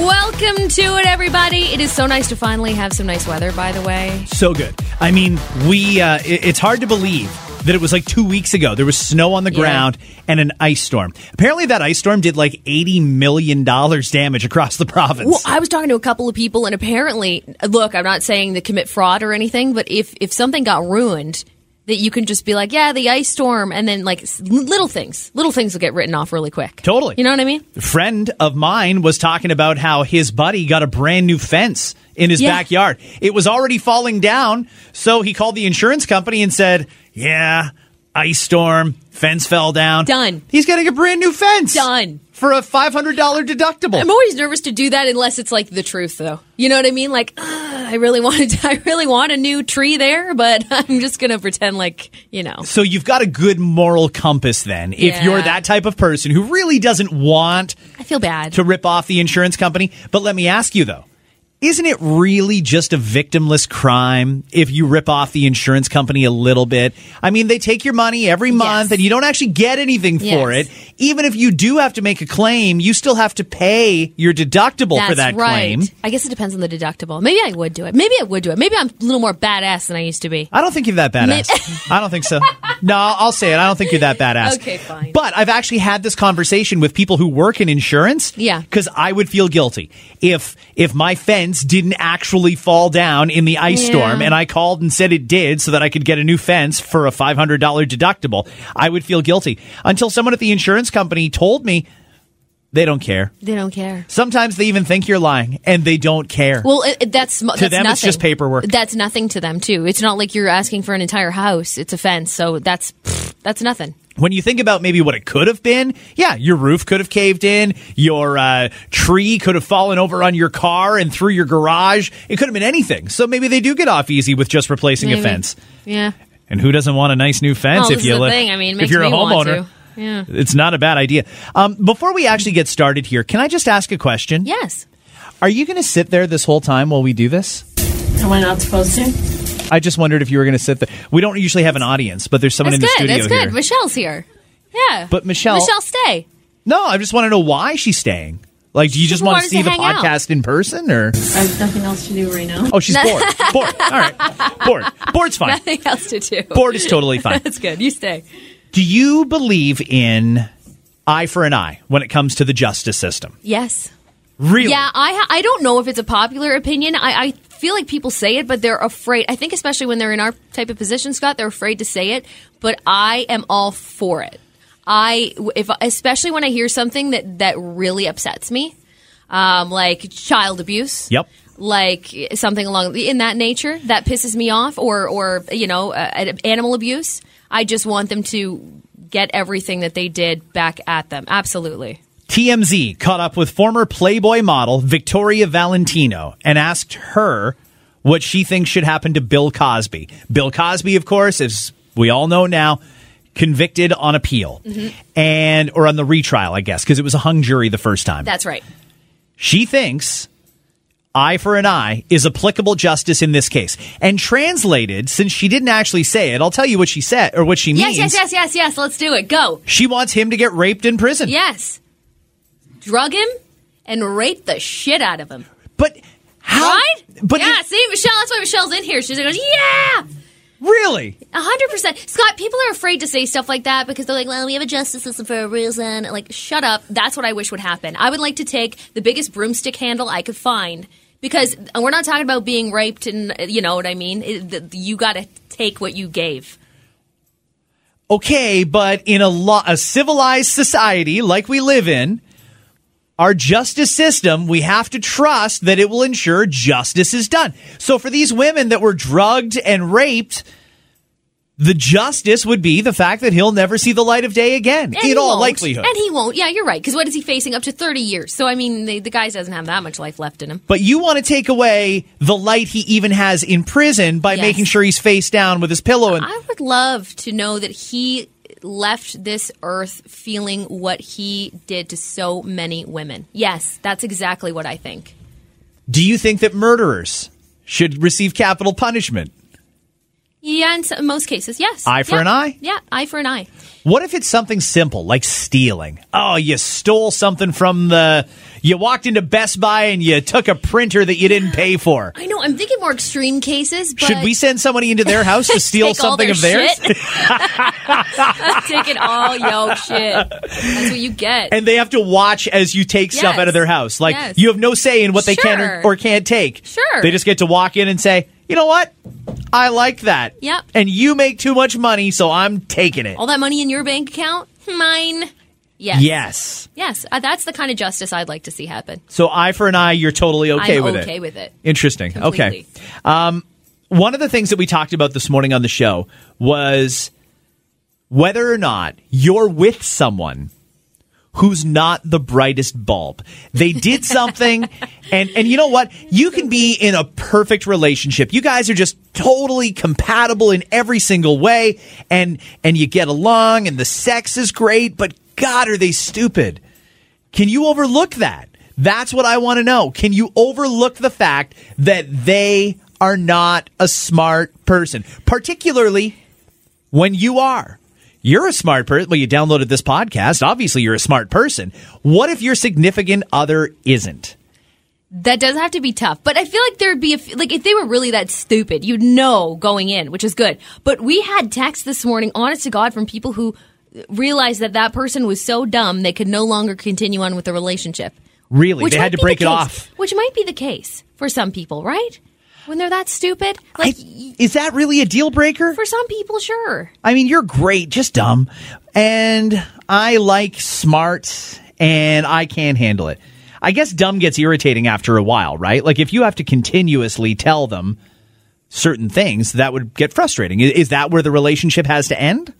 Welcome to it, everybody. It is so nice to finally have some nice weather, by the way. So good. I mean, we. Uh, it- it's hard to believe that it was like two weeks ago. There was snow on the Yeah. ground and an ice storm. Apparently, that ice storm did like eighty million dollars damage across the province. Well, I was talking to a couple of people, and apparently, look, I'm not saying to commit fraud or anything, but if if something got ruined, that you can just be like, yeah, the ice storm, and then like s- little things, little things will get written off really quick. Totally. You know what I mean? A friend of mine was talking about how his buddy got a brand new fence in his Yeah. backyard. It was already falling down, so he called the insurance company and said, "Yeah, ice storm, fence fell down. Done. He's getting a brand new fence. Done. for a five hundred dollar deductible. I'm always nervous to do that unless it's like the truth, though. You know what I mean? Like, ah, I really wanted, I really want a new tree there, but I'm just gonna pretend like you know. So you've got a good moral compass then. If Yeah. you're that type of person who really doesn't want I feel bad. to rip off the insurance company, but let me ask you though, isn't it really just a victimless crime if you rip off the insurance company a little bit? I mean, they take your money every month and you don't actually get anything for Yes. it. Even if you do have to make a claim, you still have to pay your deductible That's for that right. claim. I guess it depends on the deductible. Maybe I would do it. Maybe I would do it. Maybe I'm a little more badass than I used to be. I don't think you're that badass. I don't think so. No, I'll say it. I don't think you're that badass. Okay, fine. But I've actually had this conversation with people who work in insurance. Yeah. Because I would feel guilty if if my fence didn't actually fall down in the ice Yeah. storm, and I called and said it did, so that I could get a new fence for a five hundred dollar deductible. I would feel guilty until someone at the insurance company told me they don't care. They don't care. Sometimes they even think you're lying, and they don't care. Well, it, it- that's to that's them, it's nothing. just paperwork. That's nothing to them too. It's not like you're asking for an entire house. It's a fence, so that's pfft, that's nothing. when you think about maybe what it could have been, yeah, your roof could have caved in, your uh, tree could have fallen over on your car and through your garage. It could have been anything. So maybe they do get off easy with just replacing a Maybe. fence. Yeah. And who doesn't want a nice new fence Well, if this you is the live? thing. I mean, it if makes you're a me want homeowner, to. Yeah. it's not a bad idea. Um, before we actually get started here, can I just ask a question? Yes. Are you going to sit there this whole time while we do this? Am I not supposed to? I just wondered if you were going to sit there. We don't usually have an audience, but there's someone That's in good. the studio That's good. here. Michelle's here. Yeah. But Michelle- Michelle, stay. No, I just want to know why she's staying. Like, do you just just want to wanted see to the hang out. podcast in person, or I have nothing else to do right now. oh, she's bored, bored. All right, bored. Bored's fine. Nothing else to do. Bored is totally fine. That's good. You stay. Do you believe in eye for an eye when it comes to the justice system? Yes. Really? Yeah, I ha- I don't know if it's a popular opinion. I, I feel like people say it, but they're afraid. I think especially when they're in our type of position, Scott, they're afraid to say it. But I am all for it. I if especially when I hear something that that really upsets me, um, like child abuse. Yep. Like something along in that nature that pisses me off, or or you know, uh, animal abuse. I just want them to get everything that they did back at them. Absolutely. TMZ caught up with former Playboy model Victoria Valentino and asked her what she thinks should happen to Bill Cosby. Bill Cosby, of course, as we all know now, convicted on appeal Mm-hmm. and or on the retrial, I guess, because it was a hung jury the first time. That's right. She thinks eye for an eye is applicable justice in this case. And translated, since she didn't actually say it, I'll tell you what she said or what she means. Yes, yes, yes, yes, yes. Let's do it. Go. She wants him to get raped in prison. Yes. Drug him and rape the shit out of him. But how? Right? But yeah, it- see, Michelle, that's why Michelle's in here. She's like, yeah, really? 100%. Scott, people are afraid to say stuff like that because they're like, well, we have a justice system for a reason. Like, shut up. That's what I wish would happen. I would like to take the biggest broomstick handle I could find because we're not talking about being raped and you know what I mean? It- the- You got to take what you gave. Okay, but in a lo- a civilized society like we live in, our justice system, we have to trust that it will ensure justice is done. So for these women that were drugged and raped, the justice would be the fact that he'll never see the light of day again, And in he all won't. likelihood. And he won't. Yeah, you're right. Because what is he facing? Up to 30 years. So, I mean, the, the guy doesn't have that much life left in him. but you want to take away the light he even has in prison by Yes. making sure he's face down with his pillow and I would love to know that he left this earth feeling what he did to so many women. Yes, that's exactly what I think. Do you think that murderers should receive capital punishment? Yeah, in some, most cases, yes. Eye for Yeah. an eye? Yeah, eye for an eye. What if it's something simple like stealing? Oh, you stole something from the. You walked into Best Buy and you took a printer that you didn't pay for. I know. I'm thinking more extreme cases. But Should we send somebody into their house to steal take all something their of shit? theirs? Take it all, yo, shit. That's what you get. And they have to watch as you take stuff Yes. out of their house. Like, Yes. you have no say in what they can or, Sure. or can't take. Sure. They just get to walk in and say, you know what? I like that. Yep. And you make too much money, so I'm taking it. all that money in your bank account, mine. Yes. Yes. Yes. Uh, that's the kind of justice I'd like to see happen. So eye for an eye, you're totally okay I'm with it. okay with it. Interesting. Okay. Completely. One of the things that we talked about this morning on the show was whether or not you're with someone who's not the brightest bulb. They did something and and you know what? You can be in a perfect relationship. You guys are just totally compatible in every single way and and you get along and the sex is great, but god are they stupid. Can you overlook that? That's what I want to know. Can you overlook the fact that they are not a smart person, particularly when you are? You're a smart person. Well, you downloaded this podcast. Obviously, you're a smart person. What if your significant other isn't? That does have to be tough, but I feel like there'd be a f- like if they were really that stupid, you'd know going in, which is good. But we had texts this morning, honest to God, from people who realized that that person was so dumb they could no longer continue on with the relationship. Really? Which they might had to be break the it case- off. which might be the case for some people, right? When they're that stupid, like I- is that really a deal breaker? for some people, sure. I mean, you're great, just dumb. And I like smart, and I can't handle it. I guess dumb gets irritating after a while, right? Like if you have to continuously tell them certain things, that would get frustrating. I- Is that where the relationship has to end?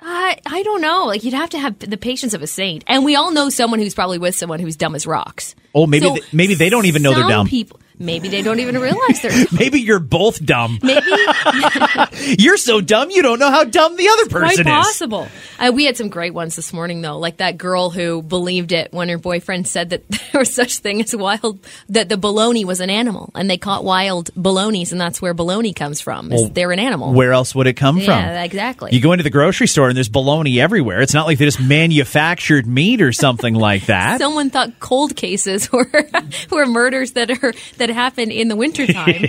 I I don't know. Like you'd have to have the patience of a saint, and we all know someone who's probably with someone who's dumb as rocks. Oh, maybe they- maybe they don't even know they're some dumb. People, maybe they don't even realize they're dumb. Maybe you're both dumb. Maybe You're so dumb, you don't know how dumb the other quite person is. possible. Uh, we had some great ones this morning, though, like that girl who believed it when her boyfriend said that there was such thing as wild that the baloney was an animal, and they caught wild balonies, and that's where baloney comes from. Is they're an animal. Where else would it come from? Yeah, exactly. You go into the grocery store and there's bologna everywhere. It's not like they just manufactured meat or something like that. Someone thought cold cases were were murders that are that happen in the wintertime.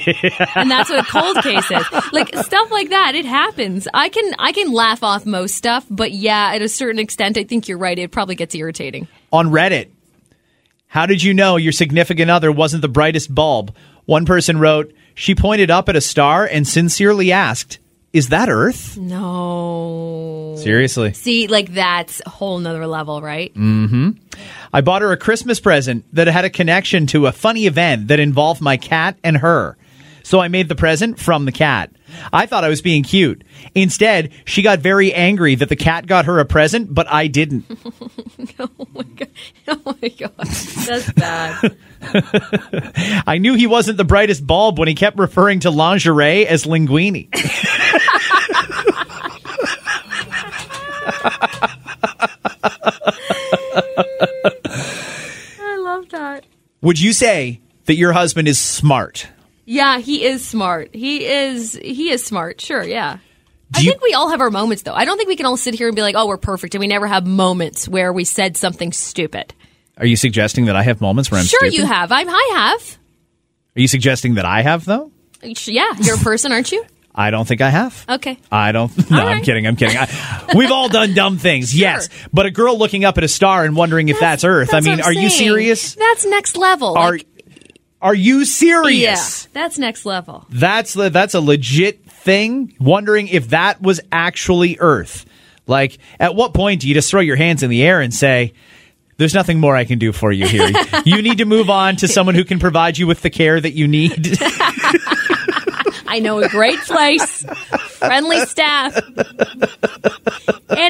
and that's what a cold case is. Like stuff like that, it happens. I can I can laugh off most stuff, but yeah, at a certain extent I think you're right, it probably gets irritating. on Reddit. How did you know your significant other wasn't the brightest bulb? One person wrote, She pointed up at a star and sincerely asked, Is that Earth? No. Seriously. See, like that's a whole nother level, right? I bought her a Christmas present that had a connection to a funny event that involved my cat and her. So I made the present from the cat. I thought I was being cute. Instead, she got very angry that the cat got her a present, but I didn't. Oh my god. Oh my god. That's bad. I knew he wasn't the brightest bulb when he kept referring to lingerie as linguini. I love that. Would you say that your husband is smart? Yeah, he is smart. He is he is smart. Sure, yeah. I you- think we all have our moments though. I don't think we can all sit here and be like, "Oh, we're perfect," and we never have moments where we said something stupid. Are you suggesting that I have moments where I'm sure, stupid? you have. I'm, I have. Are you suggesting that I have though? Yeah, you're a person, aren't you? I don't think I have. Okay. I don't. No, Oh. All I'm right. kidding. I'm kidding. I, we've all done dumb things, yes. But a girl looking up at a star and wondering if that's, Earth. I That's mean, what are I'm you saying. serious? That's next level. Are Like, Are you yeah, serious? that's next level. That's the, that's a legit thing. Wondering if that was actually Earth. Like, at what point do you just throw your hands in the air and say? There's nothing more I can do for you here. you need to move on to someone who can provide you with the care that you need. I know a great place, friendly staff, and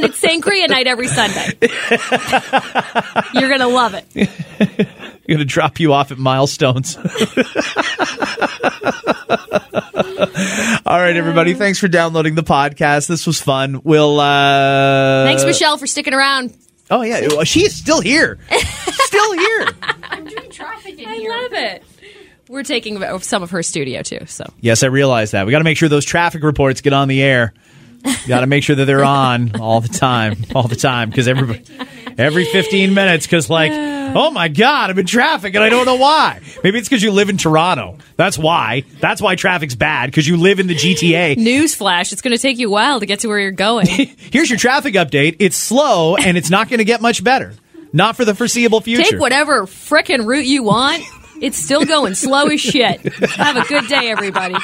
it's sangria night every Sunday. you're gonna love it. going to drop you off at milestones. All right, everybody. Thanks for downloading the podcast. This was fun. We'll. Uh... Thanks, Michelle, for sticking around. Oh yeah, well, she's still here. still here. I'm doing traffic in I love it. We're taking some of her studio too. So Yes, I realize that. We got to make sure those traffic reports get on the air. Got to make sure that they're on all the time, all the time, because everybody, every 15 minutes, because like, oh my God, I'm in traffic and I don't know why. Maybe it's because you live in Toronto. That's why. That's why traffic's bad, because you live in the GTA. newsflash, it's going to take you a while to get to where you're going. Here's your traffic update. It's slow and it's not going to get much better. Not for the foreseeable future. Take whatever frickin' route you want. It's still going slow as shit. Have a good day, everybody.